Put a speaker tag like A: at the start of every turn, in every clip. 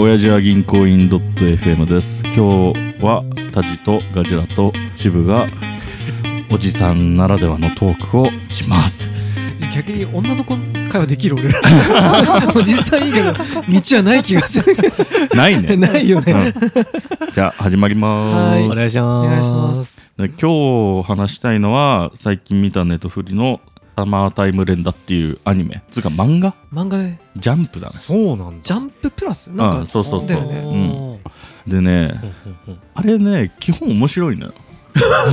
A: 親父は銀行員 .fm です。今日はタジとガジラとチブがおじさんならではのトークをし ます。
B: 逆に女の子会はできる俺ら おじさんいいけど道はない気がするけ
A: ない
B: ど
A: ね。
B: ないよ
A: う
B: ね
A: ん、じゃあ始まりま
B: はい
A: ー
B: お
A: す。
B: 願
C: いし
B: お
C: ま
B: 願いします
A: で今日話したいのは最近見たネットフリの「サマータイム連打」っていうアニメつうか漫画
B: 漫画ね
A: ジャンプだね
C: そうなん
B: ジャンププラスなん
A: あ
B: か
A: そうそうそう
B: だよね
A: でねあれね基本面白い のよ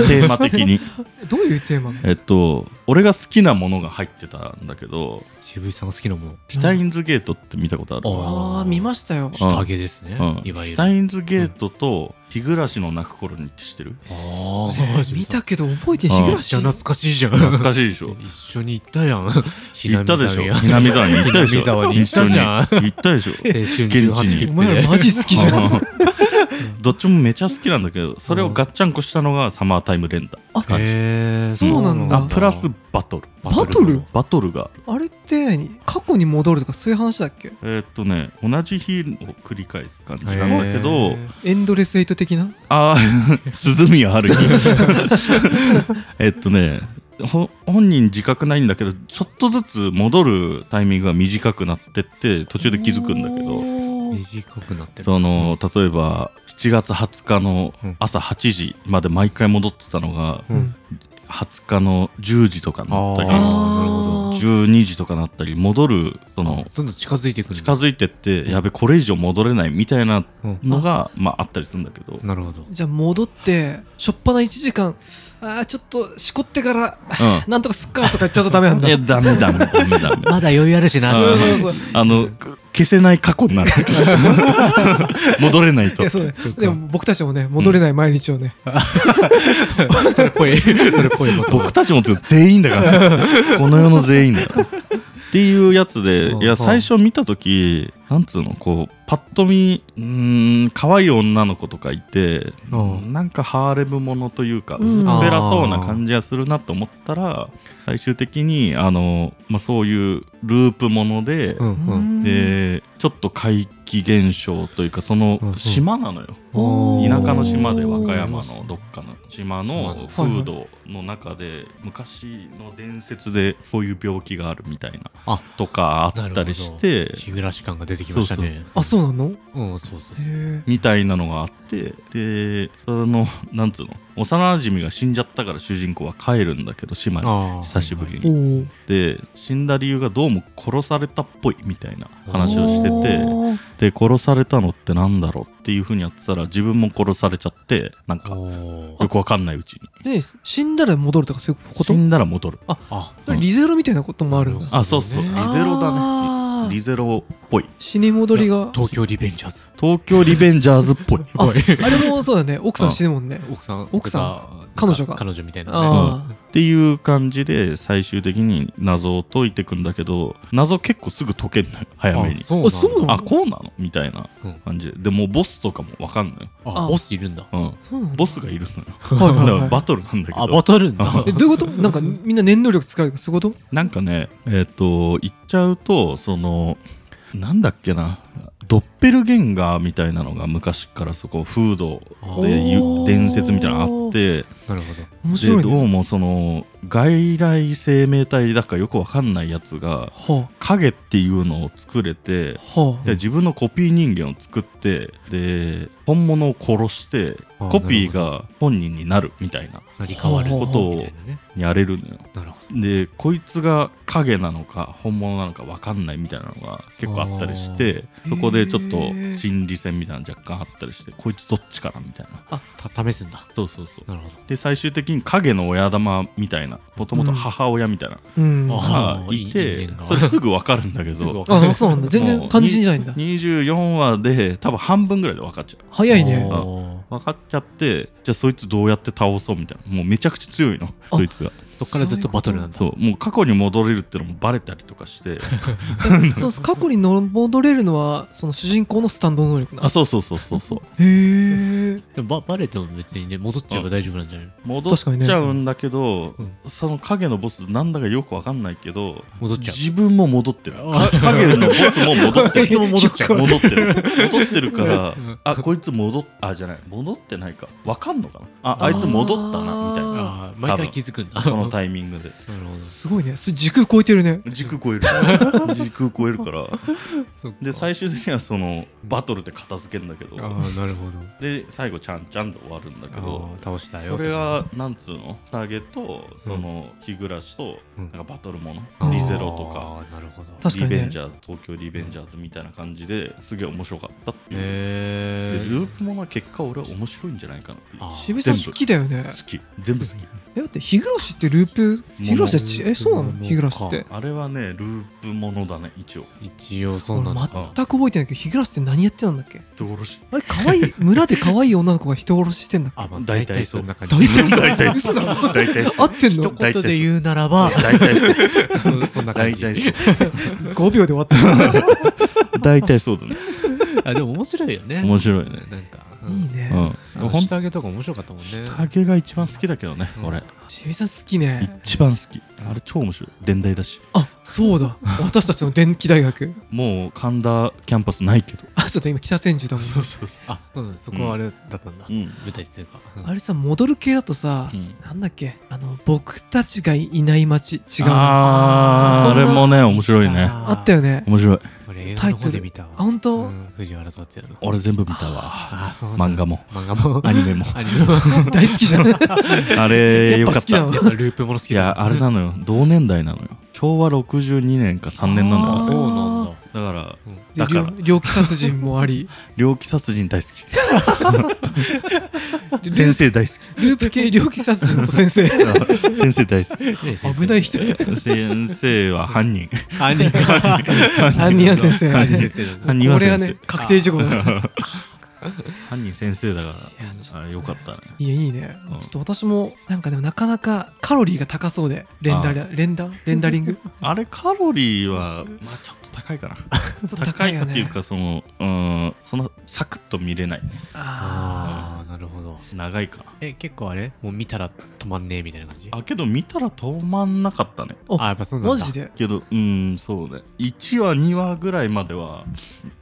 A: テーマ的に
B: どういうテーマ
A: えっと俺が好きなものが入ってたんだけど
C: 渋井さんが好きなもの。
A: シュタインズゲートって見たことある、
B: ああ見ましたよ
C: 下着ですね
A: うん。
C: いわ
A: シュ
C: ゆる。
A: タ
C: あ
A: インズゲートと日暮らしの泣く頃にって知って る
C: あ
B: え
C: ー、
B: ー見たけど覚えて日暮
C: め
B: ら
C: っ
B: し
C: ちゃ懐かしいじゃん。
A: 懐かしいでしょ
C: 一緒に行ったやん。
A: 行ったでしょ
C: ひ
A: 南沢に行ったでしょ
C: 南沢に行ったじゃん
A: 一緒に行ったでしょ
C: 青春18切
B: お
C: 符
B: 前ら
C: で。
B: マジ好きじゃん
A: どっちもめちゃ好きなんだけどそれをガッチャンコしたのがサマータイム連打
B: あ
A: 感じ
C: へー
B: そうなんだ
A: あプラスバトル
B: バトル
A: バトルが
B: あれって何過去に戻るとかそういう話だっけ
A: えーっとね同じ日を繰り返す感じ
C: へ
A: なん
C: ー
A: だけど、
B: エンドレスエイト的な
A: ああ 鈴宮春樹 えっとねほ本人自覚ないんだけどちょっとずつ戻るタイミングが短くなってって途中で気づくんだけど
B: ど
C: 短くなってる。
A: その例えば7月20日の朝8時まで毎回戻ってたのが
C: うん
A: 20日の10時とかになったり
C: あーなるほど
A: 12時とかなったり戻るその
C: どんどん近づいていくんだ
A: 近づいてってやべこれ以上戻れないみたいな
C: うん
A: のがまああったりするんだけど、うん、
C: なるほど。
B: じゃあ戻ってしょっぱな1時間ああちょっとしこってからなんとかすっかとか言っちゃうとダメなんだ
A: いやダメダメダメダメ
C: まだ余裕あるしな。
A: あー
B: そうそうそう
A: あのく消せない過去になる 戻れない
B: い
A: と
B: やそう ね、でも僕たちもね戻れない毎日をね、
C: それっぽい。それっぽいこと。
A: 僕たちもつうか全員だからこの世の全員だからっていうやつで
C: うん
A: いや最初見た時なんつうのこうパッと見うーん可愛い女の子とかいて
C: うん
A: なんかハーレムものというか
B: うん
A: 薄っぺらそうな感じがするなと思ったら最終的にあの、まあ、そういうループもので
C: う。んうん。
A: でちょっと怪奇現象というかその島なのよ、
B: おー
A: 田舎の島で和
B: わ
A: 歌
B: か
A: 山のどっかの島の風土の中で昔の伝説でこういう病気があるみたいな
C: あ
A: とかあったりして
C: 日暮らし感が出てきましたね。
B: あそうなのへ
C: うん、そうそう。
B: え
A: みたいなのがあってであのなんつうの幼馴染が死んじゃったから主人公は帰るんだけど島に
C: あー
A: 久しぶり
B: お
A: に。
B: お
A: で死んだ理由がどうも殺されたっぽいみたいな話をしてて。で殺されたのってなんだろうっていうふうにやってたら自分も殺されちゃってなん
C: はい
A: か
C: はい。おー
A: よくわかんないうちに
B: で死んだら戻るとかそういうこ
A: 死
B: と
A: んだら戻る
C: あ、
A: うん
B: リゼロみたいなこともあるんだ
A: あそうそう
C: ね
A: リゼロだね
B: だ
A: リゼロっぽい
B: 死に戻りが
C: 東京リベンジャーズ。
A: 東京リベンジャーズっぽい
B: あ
C: い。
B: あれもそうだね奥さん死ぬもんね
C: 奥さん
B: 奥さん
C: ん
B: 彼女が
C: 彼女みたいなね
B: ああ
A: っていう感じで最終的に謎を解いていくんだけど謎結構すぐ解けんのよ早めに
C: そう
B: あそうなの
A: あこうなのみたいな
C: うん
A: 感じででもうボスとかもわかんない
B: あ
C: あボスいるんだ
A: うん
B: そうなんだ
A: ボスがいるのよ
B: は い
A: だか
B: はいはい
A: らバトルなんだけど
C: あバトルんだ
B: えどういうことなんかみんな念能力使うとかそういうこと
A: なんかねえっ、と言っちゃうとそのなんだっけなドッペルゲンガーみたいなのが昔からそこ風土で
B: お
A: ゆ
B: ー
A: 伝説みたいなのあって
C: なるほど
B: 面
A: で
B: 白い
A: ど
B: ね
A: うもその外来生命体だかよくわかんないやつが
B: は
A: 影っていうのを作れて
B: あは
A: で自分のコピー人間を作ってで本物を殺して
C: あー
A: コピーが本人になるみたいな
C: 成り変わる
A: ことを
C: みたいなね
A: やれるのよ。
C: なるほど
A: でこいつが影なのか本物なのか分かんないみたいなのが結構あったりして
B: あー
A: そこでちょっ
B: へ
A: と
B: ー
A: 心理戦みたいなの若干あったりしてこいつどっちからみたいな
C: た試すんだ
A: そうそうそう
C: なるほ
A: で最終的に影の親玉みたいなもともと母親みたいな
B: あうん
C: あ
A: の
C: あ
A: が
C: ー
A: いて
C: いい人間が
A: それすぐ分かるんだけ
C: すぐ
A: ど
C: わか
B: あそうなんだ全然感じじゃないんだ
A: 24話で多分半分ぐらいで分かっちゃう
B: 早い
C: あ
B: ね
C: ー
A: 分かっちゃってじゃあそいつどうやって倒そうみたいなもうめちゃくちゃ強いのそいつが
C: そっからずっとバトルなんだ
A: そうもう過去に戻れるってのもバレたりとかして
B: そうそう過去にの戻れるのはその主人公のスタンド能力な
A: あそうそうそうそうそう
B: へえ
C: でもばバレても別にね戻っちゃえば大丈夫なんじゃないの
A: 戻っちゃうんだけど、
C: 確かにね
A: その影のボスなんだかよくわかんないけど
C: 戻っちゃう
A: 自分も戻ってるか影のボスも 戻 って
C: 二
A: る
C: 人とも戻っちゃう
A: 戻って る戻ってるから
C: うん
A: あこいつ戻っあじゃない戻ってないかわかんのかなああいつ戻ったなみたいな
C: ああ毎回気づくんだ
A: この
C: なる
A: タイミングで
C: ほど
B: すごいねそれ時空超えてるね
A: 時空超える時空超えるから
C: そっか
A: で最終的にはそのバトルで片付けるんだけど
C: ああなる ほど
A: で最後ちゃんちゃんと終わるんだけど
C: ああ倒したよ
A: それがなんつうのターゲとその日暮らしと
C: うん
A: なんかバトルもの、
C: ああ
A: リゼロとか
C: なるほど
B: 確かにね
A: リベンジャーズ東京リベンジャーズみたいな感じですげえ面白かったっていう、で
C: へえ
A: ループものは結果俺は面白いんじゃないかなっていう
C: あ
B: 渋井さん
A: 全部
B: 好きだよね
A: 好き全部好き
B: えだって日暮らしってループ日暮らしはち
C: もう
B: えそうなの
C: もう
B: 日暮らしって
A: あれはねループものだね一応
C: 一応そう
B: 俺
C: な
B: 全
C: ん
B: く
A: か
C: だ
B: 覚えてないけど日暮らしって何やってたんだっけ
A: 人殺し
B: あれ可愛い村で可愛い女の子が人殺ししてんだっけ
C: あまあ
A: 大
C: 大
A: 体
C: 体
A: そ
C: そううな感じ
B: 大体そ う
A: 大体
B: 嘘だろ
A: 大体そ
B: 合
A: う
B: ってん
C: 一
B: の
A: 大体そ
C: 言
A: う
C: で言うならば
A: 大体そう
C: そそんな感
A: 大
C: じ
A: 体そう
B: 5秒で終わった
A: 大体そうだね
C: あでも面白いよね
A: 面白いね
C: なんかう
B: いい
C: ん
B: ね
A: う
C: あ
A: ん
C: の
A: 本
C: 下げとか面白かったもんね
A: 当竹が一番好きだけどね
C: うん
A: 俺
B: 渋井さん好きね
A: 一番好きあれ超面白い伝代だし
B: あそうだ私たちの電気大学
A: もう神田キャンパスないけど
B: あそうだ今北千住だもん
A: そうそ
C: あそうなんだそこはあれだったんだ
A: ううん
C: 舞台っていうか
B: あれさ戻る系だとさ
A: うん
B: なんだっけあの僕たちがいない街違うな
A: あー
B: あー
A: あれもね面白いね
B: あったよね
A: 面白い
C: 俺映画の方で見たわ
B: あ本当
C: うん藤原竜也の
A: 俺全部見たわ
C: あそうなん
A: 漫
C: だ
A: 画も
C: 漫画も
A: アニメ も
C: アニメもやっ
B: 大好き じゃん
A: あれよかった
B: やっぱ好きな
A: い
B: の
C: ぱループもの好きだ
A: やあれなのよ同年代なのよ昭和62年か3年な
C: あ
A: の
C: そう
A: よ
C: なんだ
A: だから
C: うん
A: だから
B: で猟猟奇殺人も あり
A: 猟奇殺人大好 き先生大好
B: ループ系猟奇殺人と 先生
A: き先生大好き
B: 危ない人
A: 先生は犯 人
C: 犯人か
B: 犯人は先生
C: 犯人先生なんだ
A: 犯人は
B: これ
A: 先
B: は
A: 生
B: ね確定事故だね
A: 犯人先生だか
B: いやちょっと
A: らあれよかったね
B: いやいいね、
A: うん
B: ちょっと私もなんかでもなかなかカロリーが高そうでレンダ
A: あ
B: レレンダレンダリ ング
A: あれカロリーはまあちょっと高いかな高いっていうかそのうんそのサクッと見れない
B: あ
C: ああなるほど
A: 長いかな
C: え結構あれもう見たら止まんねえみたいな感じ
A: あけど見たら止まんなかったね
B: あ
C: あやっぱそう
B: ー
C: なんだ
B: マジで
A: けどうんそうね1話2話ぐらいまでは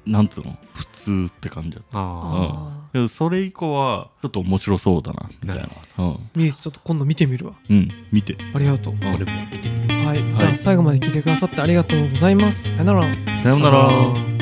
A: なんつうの普通って感じだった
C: あ
B: あ
A: けどそれ以降はちょっと面白そうだなみたいな
C: なる
A: うん、
B: ーみちょっと今度見てみるわ
A: うん、見て
B: ありがとう
C: あ俺も見てみる
B: はい、
A: い
B: じゃあ最後まで聞いてくださってありがとうございますさよなら
A: さようなら
C: ら